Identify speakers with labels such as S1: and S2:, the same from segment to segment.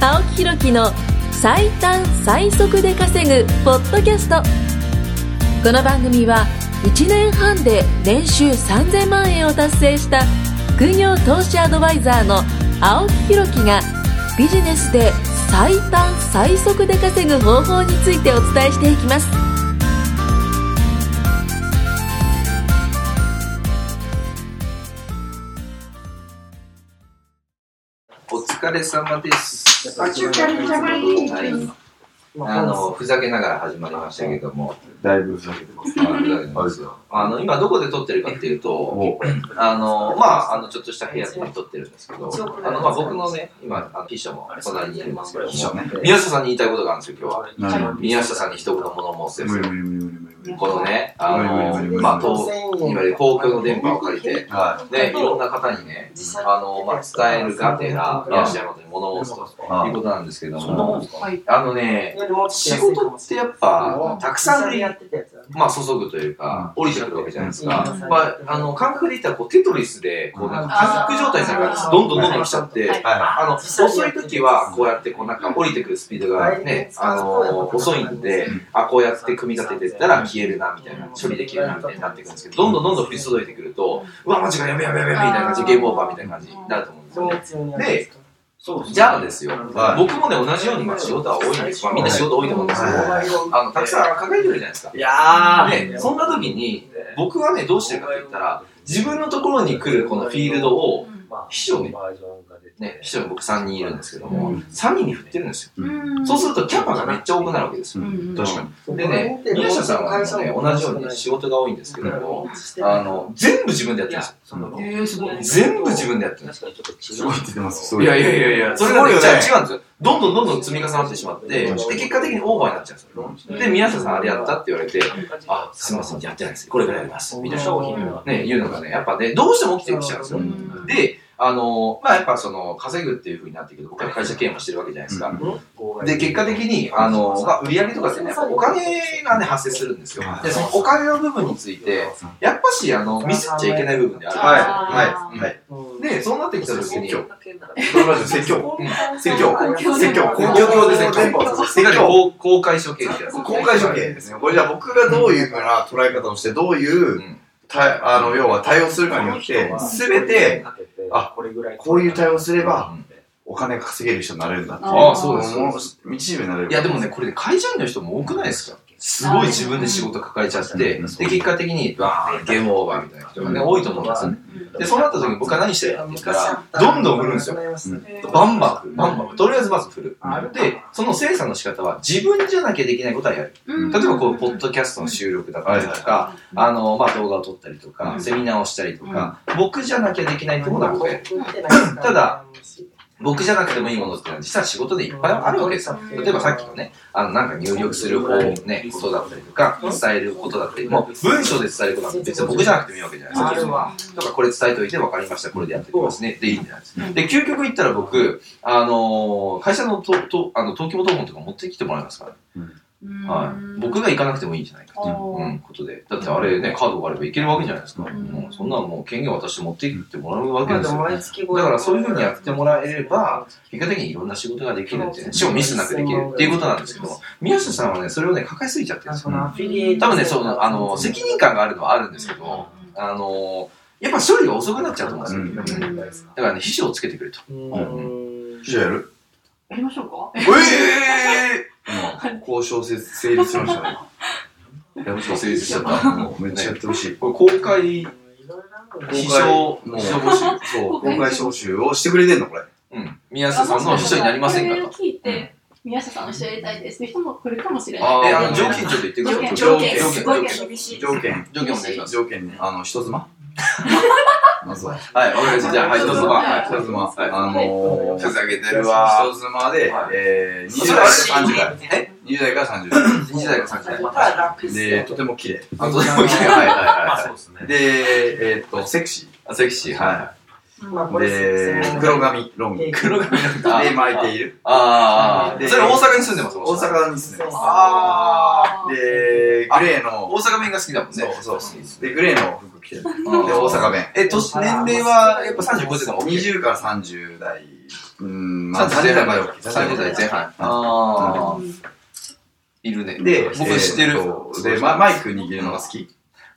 S1: 青木ひろきの最短最速で稼ぐポッドキャストこの番組は1年半で年収3000万円を達成した副業投資アドバイザーの青木ひろきがビジネスで最短最速で稼ぐ方法についてお伝えしていきます
S2: お疲れ様です。
S3: お疲れ様です
S2: はい、あのふざけながら始まりましたけども、
S4: だいぶふざけてます。
S2: あふざけてますよあの今どこで撮ってるかっていうと、あのまああのちょっとした部屋で撮ってるんですけど、あのまあ僕のね今あの秘書も隣にいるんですけども、
S4: ね。
S2: 宮下さんに言いたいことがあるんですよ今日は。
S4: なるほど。
S2: 宮下さんに一言物申
S4: 無
S2: す
S4: 理
S2: です
S4: 無理無理無理無理。
S2: このね、あのまあ東今より公共の電波を借りて、
S4: は
S2: ねいろんな方にね、あのまあ伝えるがてら宮下山に物申すと。
S4: い。
S2: いうことなんですけど
S4: そんなも
S2: も、あのね、仕事ってやっぱ、たくさん売り、
S3: てたやつだね。
S2: まあ、注ぐというか、降りてくるわけじゃないですか。
S3: うん
S2: まあ、あの、感覚で言ったら、こう、テトリスで、こう、なんか、パニック状態になるから、どんどんどんどん来ちゃって、
S4: は
S2: あの、遅い時は、こうやって、こう、なんか、降りてくるスピードがね、あの、遅いんで、あ、こうやって組み立ててったら消えるな、みたいな、処理できるな、みたいになっていくんですけど、どんどんどんどん降り注いでくると、うわ、間違い、やべやべやべ、みたいな感じ、ゲームオーバーみたいな感じになると思うんですよね。でじゃあですよ、
S4: はい
S2: 僕もね、同じようにまあ仕事は多いんです、まあ、みんな仕事多いと思うんですけど、あのたくさん抱えてるじゃないですか。
S5: いやー、
S2: で、そんな時に、僕はね、どうしてるかと言ったら、自分のところに来るこのフィールドを、秘書ね、ね、秘書に僕3人いるんですけども、3人に振ってるんですよ。そうするとキャパがめっちゃ多くなるわけですよ。確かに。でね、宮下さんはね、同じように仕事が多いんですけども、あの、全部自分でやってるんですよ。全部自分でやってるんです
S4: すごいって言ってます。すご
S2: い
S4: い。
S2: やいやいやいや、それが
S4: す
S2: ね、違
S4: ごいうよね
S2: 違うんですよ。どんどんどんどん積み重なってしまって、で、結果的にオーバーになっちゃうんですよ。で、宮下さんあれやったって言われて、あ、すいません、やってないです。これぐらいやります。みたいな。ね、いうのがね、やっぱね、どうしても起きてきちゃうんですよ。で、あの、まあ、やっぱその、稼ぐっていうふうになってくると、僕は会社経営もしてるわけじゃないですか。で、結果的に、あの、まあ、売上とかってね、やっぱお金がね、発生するんですよ。で、そのお金の部分について、やっぱし、あの、ミスっちゃいけない部分であるんですよ。
S4: はい。はい。
S2: で、そうなってきた時に、
S4: 説教。説教。
S3: 説教
S2: 公
S4: 公
S2: 共
S4: 共
S2: で
S4: で
S2: 説
S4: 説
S2: 教
S4: 教。
S2: せっかく公公開処刑ってやつ。
S4: 公開処刑ですね。これじゃあ僕がどういうふうな捉え方をして、どういう、たあの、要は対応するかによって、すべて、あ、こういう対応すれば、お金が稼げる人になれるんだっていう。
S2: ああそうですそうで
S4: 道しるべになれる。
S2: いやでもね、これね、会社員の人も多くないですかすごい自分で仕事抱えちゃって、で、
S4: うん
S2: 結果的に、わー、ゲームオーバーみたいな人がね、多いと思うんですよね。で、そうなった時に僕は何してるかって言ったら、どんどん振るんですよ。バンバン振る。バンバン振る。とりあえずまず振る。で、その精査の仕方は自分じゃなきゃできないことはやる。例えばこう、ポッドキャストの収録だったりとか、あの、まあ、動画を撮ったりとか、セミナーをしたりとか、僕じゃなきゃできないところは僕はやる。僕じゃなくてもいいものってのは実は仕事でいっぱいあるわけですよ。例えばさっきのね、あのなんか入力する方ね、ことだったりとか、伝えることだったり、もう文章で伝えることなんて別に僕じゃなくてもいいわけじゃないですか。とかこれ伝えておいて分かりました、これでやっていきますね。で、いいんじゃないですか。で、究極言ったら僕、あのー会社のととあの東京ドームとか持ってきてもらいますから、ね、はい。僕が行かなくてもいいんじゃないかという、うん、ことで。だってあれね、カードがあれば行けるわけじゃないですか。もうそんなのもう権限渡して持って行ってもらうわけですよ。だからそういうふうにやってもらえれば、結果的にいろんな仕事ができるっていうね、しかもミスなくできるっていうことなんですけど、宮下さんはね、それをね、抱えすぎちゃってるんですよ。多分ね、その、あの、責任感があるのはあるんですけど、あの、やっぱ処理が遅くなっちゃうと思うんですよ。
S4: うん
S2: だからね、秘書をつけてくれと。
S4: じゃあやる
S6: やりましょうか
S4: ええ交渉せ成立しま したね。やっと成立しちゃった。めっちゃやってほしい。
S2: これ公開、秘書、
S4: もう
S2: 秘書募集。
S4: そう、公開招集をしてくれてんの、こ れ。
S2: うん。宮下さんの秘書になりませんかと
S6: こ。れを聞いて、宮下さんの人やりたいですって人も来るかもしれない。
S2: え、あの、条件ちょっと言ってください。
S6: 条件
S2: 条件、
S6: す
S2: 条
S6: ごい
S2: 件。
S6: 厳しい。
S4: 条件、
S2: 条件お願いします。
S4: 条件ね、あの、人 妻まずは。
S2: はい、わかりました。じゃあ、はい、どうぞ。はい、
S4: 人妻。
S2: はい
S4: あのー、
S2: ふざけてるわ。
S4: 人妻で、
S2: はい
S4: えー、20代から30代。
S2: え
S4: 20代から30代。
S2: ?20 代か30代。
S4: で、とても綺麗。
S2: あ、とても
S4: はい
S2: 綺
S4: はい
S2: 麗。
S4: はいはい。で、えーっと、セクシ
S2: セクシー、
S4: ー。
S2: は
S4: はい。で、黒髪、ロング。で、
S2: い。黒髪なんか。
S4: 巻いている。
S2: ああ。それ大阪に住んでます、
S4: 大。阪に住んでます。
S2: あ
S4: で、で、グレーの、
S2: 大阪弁が好きだもんね。
S4: そうそう
S2: いいですね
S4: で、グレーの服着てる。で、
S2: で、
S4: 大阪弁。
S2: え、年、年齢は、やっぱ35歳だもん。
S4: 20から30代。うーん、まあ、
S2: 30
S4: 30
S2: 代
S4: 代
S2: ま
S4: ま
S2: で
S4: で
S2: ?30 代前半。あー。いるね。
S4: で、
S2: 僕知ってる
S4: えーとで、まマイク握るのが好き。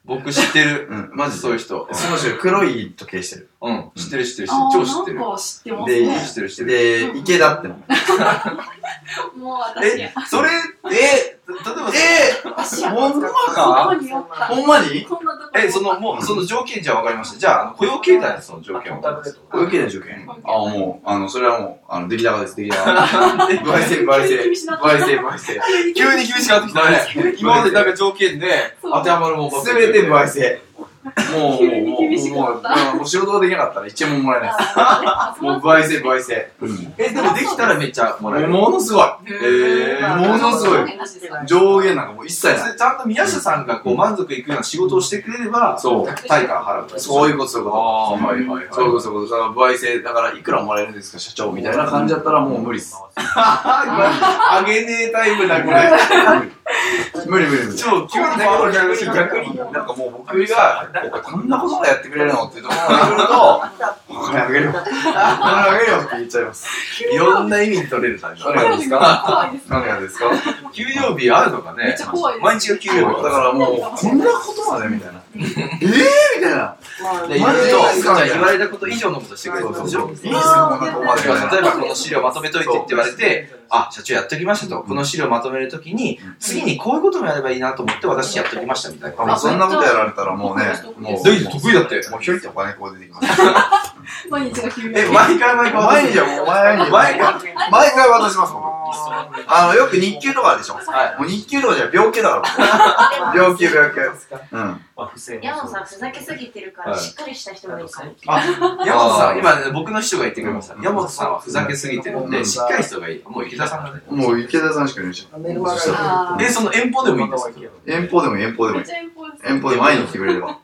S2: 僕知ってる。
S4: うん、
S2: マ
S4: マ
S2: ジ
S4: ジ
S2: そういう
S4: で。
S2: 人。
S4: その人、黒い時計してる。
S2: うん。知ってる知ってる知
S6: あ
S2: ってる。超知
S6: ー
S2: ってる
S6: なん。か知ってます
S4: で
S6: ね。
S2: 知ってる知ってる。
S4: で、池田っての。
S6: もう
S4: え
S6: 私や。、
S4: それ、え、
S2: 例えば、
S4: え
S6: 私
S4: ー、
S6: や。
S4: ほんま
S6: こ
S4: か
S6: こにおっ た。
S4: ほんまに
S6: こんなとこ
S2: え、その、もう、その条件じゃわかりました。じゃああの、雇用形態のその条件を。
S4: 受けない条件あ、もう、あの、それはもう、あの、出来高です、 出来高。
S2: え
S4: バイセル、バイセル
S6: 厳。しいな
S4: バイセル、バイセル。
S2: 急に厳しくなってきたね。今までなんか条件で、当てはまるもんばっか
S4: す
S2: り
S4: べて倍制。もう、
S6: 急に
S4: もう、も
S6: 厳し
S4: う、
S6: く
S4: も
S6: な
S4: う
S6: っ、
S4: もう仕事ができなかったら一円ももらえないで
S6: あ
S4: す。
S6: ー
S4: もう倍制、倍制。
S2: え、でもできたらめっちゃもらえる。
S4: ものすごい。
S2: えー
S4: ものすごい。上限なんかもう一切
S2: そ
S4: ない。
S2: れちゃんと宮下さんがこう満足いくような仕事をしてくれれば、
S4: そう
S2: 対価払うから。
S4: そういうこと、そういうこと。
S2: ああー、はいはいはい。
S4: そういうこと、そういうこと。だから倍制、だからいくらもらえるんですか、社長みたいな感じだったらもう無理っす。
S2: あげねえタイムだ、これ。
S4: 無理無理無理。
S2: 超急に
S4: 逆に、逆に、なんかもう僕が、こんなことまでやってくれるのっていうところが来ると、お金あげるよ。お金あげるよって言っちゃいます。
S2: いろんな意味に取れるタイ
S4: 何がですか
S6: 怖いです。
S4: 何がですか
S2: 給料日あるのかね。
S6: めっちゃ怖いです
S2: 毎日が給
S4: だ
S2: 料日だ
S4: か
S2: から
S4: もう、こんなことまでみたいな。えぇみたいな。
S2: ら、で言
S4: マジで
S2: うと、じゃあ言われたこと以上のことしてくれるってことでしょ
S4: いいです
S2: い
S4: よ、
S2: いで
S4: こん
S2: すよ。
S4: なことまで。
S2: 例えばこの資料まとめといてって言われて、あ、社長やっときましたと。この資料まとめるときに、次にこういうこともやればいいなと思って私やっときましたみたい
S4: あも
S2: な
S4: う。そんなことやられたらもうね、も
S2: 大
S4: う。
S2: 丈夫得意だって
S4: もうひょいってお金こう出てきます。
S6: 毎日が急に。
S2: え、毎回毎回
S4: 毎日はもう毎日、毎回、毎回渡します、僕。あの、よく日給とかあるでしょ
S2: はい
S4: もう日給とかじゃ病気だろ。 病気、病気。うん。
S5: ヤモさん、ふざけすぎてるから、しっかりした人がいいから。
S2: 山本さ
S4: あ
S2: ん、
S4: ー
S2: 今ね、僕の秘書が言ってくれました
S4: う。ん
S2: 山本さんはふざけすぎてるん
S4: う
S2: で、
S4: ん
S2: しっかりした人がいい。もう池田さんなんで。
S4: もう池田さんしかいないでしょ。
S6: あ
S2: え、その遠方でもいいんですか
S4: 遠方でも遠方でも
S6: ー
S4: い
S6: めっ
S4: い
S6: ち。ゃ遠方です
S4: 遠方で会いに来てくれれ ば。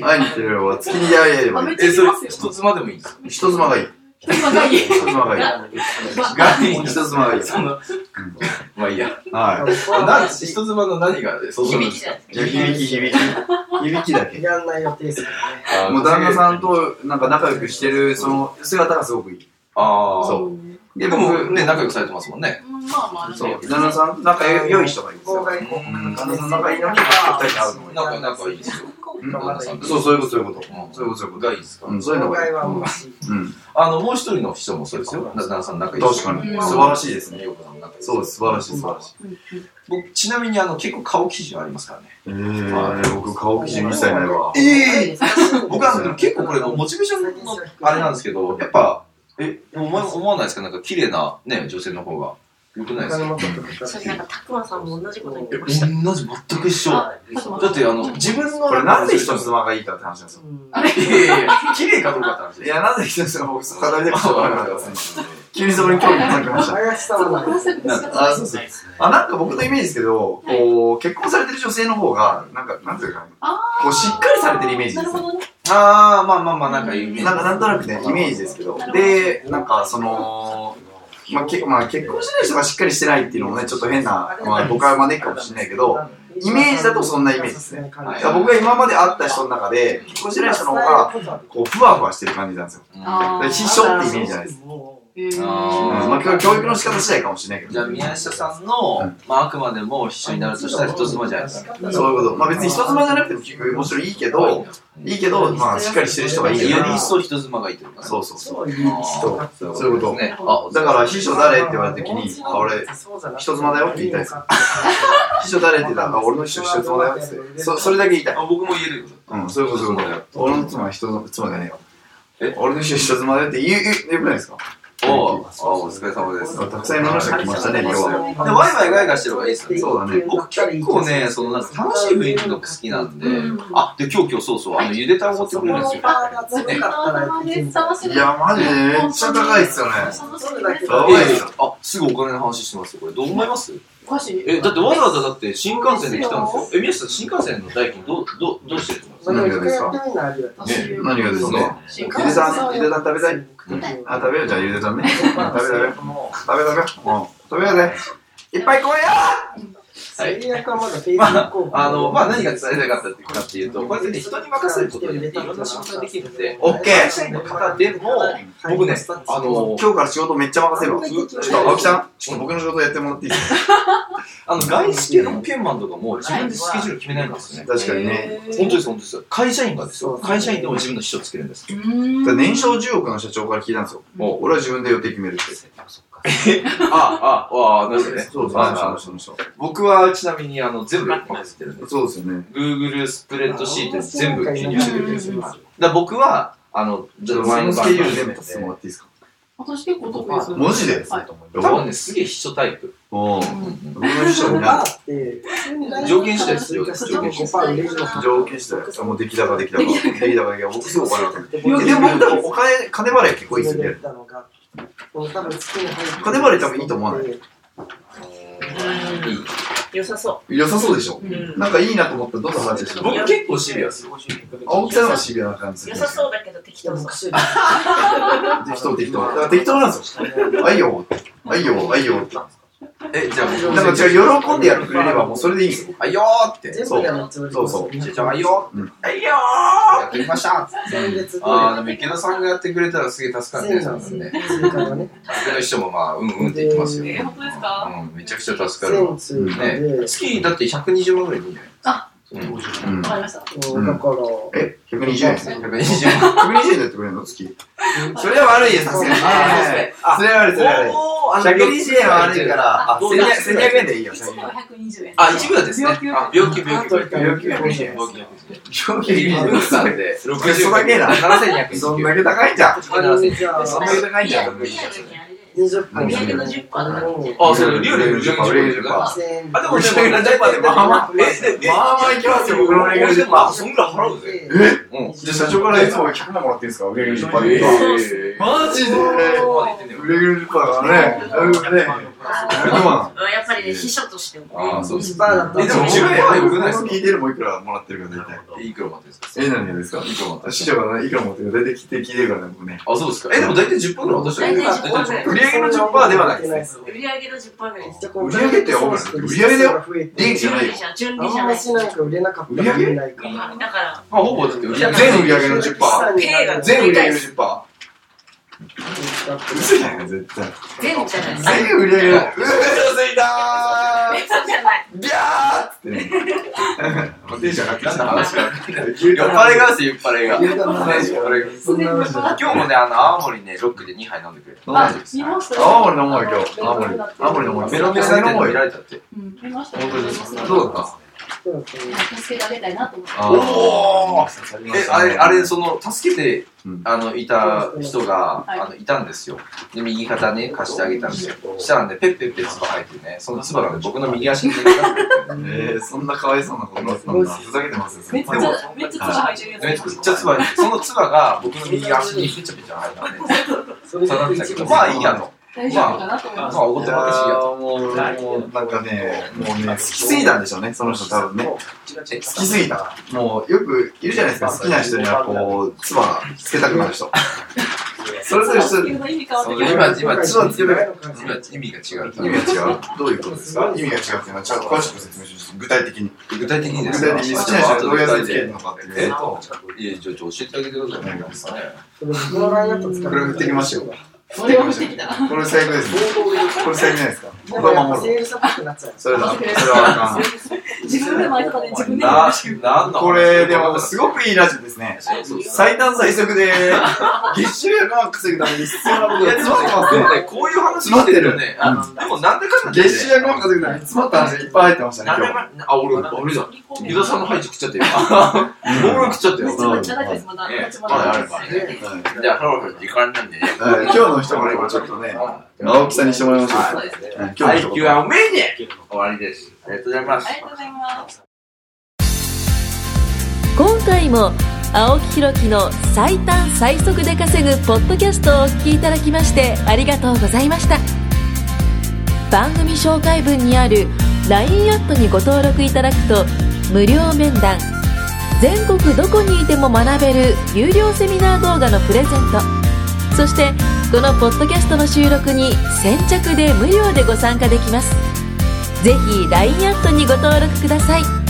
S4: 会いに来てくれれば、月にやれればいい。
S2: え、それ、人妻でもいいんですか
S4: 人妻がいい。
S6: 人妻がいい。
S4: 人妻がい い。人妻がいい。
S2: その、まあいい や。
S4: は
S2: なん人妻の何が想像なん
S5: 響
S2: で
S5: き
S2: す
S5: じゃ
S2: か
S5: ない
S4: い。いや、響き、響 き。響きだけ。
S7: やんない予定ですよね。
S4: もう旦那さん。となんか仲良くしてるその姿がすごくいい。
S2: ああ。
S4: そう
S6: うん
S4: で、
S2: でも、
S4: 僕、
S2: ね、仲良くされてますもんね。
S6: まあまあ、
S4: そう、旦那さん仲良い人がいいんですよ。旦
S2: うん
S4: 那さん仲いいのに、二人に会うのもいい。
S2: 仲、仲いいですよ。
S4: そう、そういうこと、そういうこと。
S2: うん
S4: そういうこと、そういうこと。
S2: がいいですか
S4: うん、そういうの
S7: 障
S4: がいい
S7: 害。はもうし、
S4: うん、
S2: あの、もう一人の秘書もそうですよ。旦那さん仲いい
S4: 確かに。
S6: うん
S4: 素晴らしいですね。
S2: ね。よく仲いいです
S4: そうです、素晴らしい、素晴らしい。
S2: 僕、ちなみにあの、結構顔基準ありますからね。
S4: えー、僕、顔基準一切ないわ。
S2: ええ僕はでも結構これモチベーションのあれなんですけど、やっぱ、え、思わ思わないですかなんか綺麗なね、女性の方が良くない
S7: お
S2: です
S7: 金
S2: か
S7: も取ってくだ
S5: そ
S7: さ
S5: れなんか、たくまさんも同じこと言って
S2: え
S5: ました。
S2: 同じ、全く一緒。だってあの、自分の
S4: これ、なんで人妻がいいかって話なんですよ。
S7: い。
S2: いやいやいや、綺麗かどうかって話で
S4: い
S2: すよ。
S4: や、なぜ人妻が僕、語りたくてしょうがなかったですね。急にそこに興味がきました。
S7: 林さんは
S6: 話せるんですか
S4: あ、そうそう。 あ、なんか僕のイメージですけど、こう、結婚されてる女性の方が、なんか、なんていうか
S6: あ、
S4: こう、しっかりされてるイメージで
S6: な
S4: す
S6: る
S4: ね
S6: ほ。どね。
S2: ああ、まあまあまあ、なんか有名
S4: なんかなんとなくね、イメージですけど。で、なんかその、まあ、けまあ、結婚してない人がしっかりしてないっていうのもね、ちょっと変な、まあ、誤解を招くかもしれないけど、だか、イメージだとそんなイメージですね。ら僕が今まで会った人の中で、結婚してない人の方が、こう、ふわふわしてる感じなんですよ。だから必勝ってイメージじゃないです。
S7: す。
S6: え
S4: うん
S2: あ
S4: まあ、教教育の仕方次第かもしれないけ
S2: じゃあ、
S4: ど。
S2: 宮下さんの、まあ、あくまでも秘書になるとしたら人妻じゃないですか。
S4: そういうこと。まあ、別に人妻じゃなくても結局もちろんいいけど、いいけど、まあ、しっかりしてる人がいいよ
S2: より
S4: な
S2: 一層人妻がいいってことかね。
S4: そうそうそう。
S7: そういう
S2: あ
S7: 人。
S2: ー
S4: そういうこと
S2: ですね。あ、
S4: だから、秘書誰って言われた時に、あ、俺、人妻だよって言いたいです。秘書誰って言ったら、あ俺の秘書一つもだよって言って。そ、それだけ言いたい。
S2: あ僕も言えるよ。
S4: うん、そういうこと、そういうこと。俺の妻は人の妻じゃねえよ。
S2: え
S4: え俺の秘書一つもだよって言う、言う、よくないですか
S2: おーあー、お疲れ様です。
S4: たくさんいろんな人来ましたね、今日は。
S2: でワイワイガイガイしてる方がいいですよね。
S4: そうだね
S2: 僕結構ね、そのなんか楽しい雰囲気の好きなんで、あ、で、今日今日そうそう、あの、ゆでたん持ってくれるんですよ。
S4: いや、マジでめっちゃ高いっすよね。
S2: え
S4: やばいですよ
S2: えあ、すぐお金の話してますよ。これどう思います
S6: おかしい。
S2: え、だってわざわざだって新幹線で来たんですよ。え、宮下さん、新幹線の代金どう、どう、どうしてると思います
S7: それがやってないのはあるよ。
S4: 何がですか
S6: 新
S4: ゆ
S6: 幹
S4: で
S6: 線
S4: たん、ゆでたん食べたい
S7: い
S4: あ、食べよう、じゃあゆでた んね。食べ食べよう。食べ食べよう。うん食べようぜ。いっぱい来いよ
S7: 最悪はまだフェイスブックを
S2: あの、まあ、何が伝えたかったっていうかっていうと、これでね、人に任せることによっていろんな仕事ができるんで、
S4: オッケー
S2: 会社員の方でも、僕ね、あの、
S4: 今日から仕事めっちゃ任せるわ。ちょっと青木さん、ちょっと僕の仕事やってもらっていいですか
S2: あの外資系のピンマンとかも自分でスケジュール決めないんですよね。
S4: 確かにね。
S2: 本当です、本当です。会社員がですよ。会社員でも自分の秘書をつけるんです。
S4: だから年商10億の社長から聞いたんですよ。
S2: もう、
S4: 俺は自分で予定決めるって。
S2: ああ、ああ、なるほどね。
S4: そうそう、
S2: あ
S4: あ
S2: あ
S4: の人の人。
S2: 僕はちなみにあの全部任せてるんです。
S4: そうですよね。
S2: Google スプレッドシートに全部記入してくれてるんですよ。だか
S7: あ
S2: ら僕は、あの、
S4: ち
S2: じゃ
S4: ょ
S2: あ
S4: っと前のスケジュール全部
S2: 全部
S4: 出してもらっていいですか
S6: 私結構得意ですよ。
S4: マジで
S6: はい。
S4: や
S2: 多
S4: ば
S2: 分ね、すげえ秘書タイプ。
S4: お
S6: う
S4: ー
S6: ん
S4: 僕の秘書にな
S7: バーって、
S2: 条件次第ですよ
S7: 追加して5%売れるのか。
S4: 条件次第ですもう出来高出来高。出来高、出来高。僕すぐ払う
S7: で。
S4: えでも僕多分お金、金払い結構いいですよね。金払い多分いいと思わない
S2: いい
S8: 良さそ
S4: 良さそうでしょ
S8: う。うん
S4: なんかいいなと思ったらどんな話でしょ
S2: 僕結構シビアです。
S4: 青木さんはシビアな感じ
S8: 良さそうだけど適当そう。
S4: 適当適当。だから適当なんですよ。あいよ、あいよ、あいよって。
S2: え、じゃあもう、
S4: なんか違う、喜んでやってくれればもうそれでいいんですよ。
S2: あいよーって。
S7: 全部やるつもり
S4: そうそう。
S2: じゃあ、あいよーって。あいよーやってきま した
S7: 先月で、
S2: ああ、でも池田さんがやってくれたらすげえ助かるね、
S7: そう
S2: 多
S7: なんです
S2: 分ね。
S7: 追加がね、
S2: 僕の秘書もまあ、うんうんって言ってますよ。
S6: えー本当ですか
S2: うん、めちゃくちゃ助かるわ。
S7: 全通貨で、
S2: ね、月だって120万ぐらいでいいんじゃない
S6: あ
S2: うん
S4: うん
S6: わかりました。
S7: うんだから、
S4: え ?120 円ですね。
S2: 120万。
S4: 120円でやってくれるの月。それは悪いです、さすがに。あそれは悪い、それは悪い。
S2: お
S4: 120円は悪いから、あ、
S2: どうだ
S4: 1200 1200円でいいよ、
S6: いつ
S4: 1200
S6: もは120円。
S2: あ、一部だですね。あ、病気、病
S7: あ
S2: 気、
S7: と
S2: 病気。
S7: 120円
S2: 病気。
S4: 円。
S2: 63で、
S4: クソだ
S2: 60
S4: けだ。
S2: 7200円。
S4: そんだけ高いじゃん。
S7: あのじゃあ、
S4: そんだけ高いじゃん。
S7: 20分
S8: お土産の10個だなって。
S2: あ、そう、リュウリュウリュウリュウリュウ
S4: あ
S2: あ、でもね、
S4: 俺がジャパンでまあまあ
S2: え、で、え、
S4: まあまあいきますよ、僕の売上
S2: で
S4: 10%
S2: も、あ、そんぐらい払うぜ。
S7: え
S4: え
S2: うん。
S4: じゃあ社長からいつも100万もらっていいですか売上10%で。マジで売上10%だからね。だいぶね。100万。
S8: やっぱりね、秘書としてもね。
S2: ああ、そうです。
S7: 1%だった
S2: え、でも、10円は良くないです
S4: 聞いてるもいくらもらってるか大体。
S2: かいくらまでですか
S4: え、何がですか
S2: いくらまでです
S4: 師
S2: か
S4: 匠がねいくら持ってるか大体聞いて聞いてるからね、僕ね。
S2: あ、そうですか。え、でも大体10分ぐらい私は
S8: 大体10%ぐらい
S4: 売上の10%ではないですね。
S7: す
S8: 売り上げの10%ぐらいです。
S7: 売
S4: 売上ってやばいな売上だよ利益じゃ
S8: 準
S4: ない
S8: 備
S4: よ。
S8: じゃん、準
S7: あ
S8: 備じ
S7: ん
S8: ゃ
S7: ま
S8: な
S7: しなん
S8: い。
S7: か売れなかったら売れないから。
S8: だから、
S2: まあ、ほぼだって売り上げ
S4: 全売上の10%。全売上の10%。嘘じゃない絶対。
S8: 全部じゃない。
S4: 全部売り上げうーついた
S8: そうじゃない。
S4: ービャーっつってね。テンション上がって
S2: 何の話か。
S4: き
S2: 酔っ払いがですよ、酔っ払いが。
S7: 言うたら話がそんな話
S6: あ
S2: 今日もね、あの、青森ね、ロックで2杯飲んでくれた。
S6: あ、見ました。
S4: 青森飲もうよ、今日。青森。青森飲もう。
S2: メロメロ
S4: 飲
S2: だって
S4: もう
S2: 見
S4: よ。
S2: られたって。
S6: うん、見ました。
S4: 本当ですか
S6: か
S4: どうだった
S6: 助けてあげたいなと思って。
S2: おーえ、あれ、あれ、その、助けて
S4: うん、
S2: あの、いた人が、
S6: はい
S2: あの、いたんですよ。で、右肩ね、貸してあげたんですよ。したらね、ペッペッペッツバ入ってね、そのツバがね、僕の右足にかかって
S4: えー、そんなかわいそうなことだったんだ。ふざけてます
S6: めっ
S4: よ
S6: ち。ゃ、めっちゃ入ってるやつ。
S2: めっちゃツバに、そのツバが僕の右足にペチャペチャ入ったんで、刺さってたけど、まあいいやと。
S6: 大丈夫かなと思い
S2: ま
S6: ま
S2: あ、おごってもらったしいいやと。
S4: もう、もう、なんかね、もうね、好きすぎたんでしょうね、その人多分ね。好
S2: え
S4: きすぎた。もう、よくいるじゃないですか、好きな人には、こう、唾つけたくな る人。それぞれ
S6: す。
S4: 人
S6: 地球の意味変わって
S2: 今今
S4: ちょっと強め
S2: 意味が違うか
S4: 意
S2: ら。
S4: 味が違うどういうことですか意味が違うっていうのは、ちゃんと詳しく説明します。具体的に。
S2: 具体的に
S4: 具
S2: で
S4: 体
S2: すね、
S4: 的に好きな人はどうやってつけるのかっていうのと、
S2: いや、ちょ、ちょ、教えてあげてくださいね。
S7: 僕のラインアップ使
S4: これ振ってきましたよ。
S6: それを見てきた。
S4: これ最高ですね。これ最高じゃないですか。
S7: で
S4: こ
S7: もや
S4: れ
S7: っ
S4: は
S7: ぱ
S4: 守ろう。
S7: セールサポートになっちゃう。
S4: それだ。それはあか
S6: 自分で巻いたで自分で。
S2: な、なん
S4: ん。 これ、でも、すごくいいラジオですね。最短最速 で、月収100万稼ぐために必要なことが詰まってますね。
S2: ね、こういう話してるよね。あのでも、なんでかんだでね
S4: 月収100万稼ぐために詰まった話がいっぱい入ってましたね、
S2: なん
S4: 今
S2: で
S4: 日。
S2: かんあ、俺、俺じゃん。
S6: 湯
S2: 湯田さんの配置食っちゃってよ。ボ ール食っちゃって
S6: め
S2: よ
S6: っ。ちゃめっちゃ大丈夫です。まだ、
S2: え
S6: ま
S2: え
S6: だ、
S2: ま
S6: ま
S2: だあ
S6: だ
S2: る。からね。じゃあ、ハローさん、時間なんでね。
S4: はい今日の一言をちょっとね、青木さんにしてもらいましょう
S2: は
S4: か。
S6: そうですね。
S4: はい今日の
S2: 最
S4: 一
S2: 近
S4: 言。
S2: はうめえね終わりです。ありがとうございま
S6: あ
S2: す
S6: り。がとうございます。
S1: 今回も青木ひろきの最短最速で稼ぐポッドキャストをお聞きいただきましてありがとうございました番組紹介文にある LINE アットにご登録いただくと無料面談全国どこにいても学べる有料セミナー動画のプレゼントそしてこのポッドキャストの収録に先着で無料でご参加できますぜひ LINE アットにご登録ください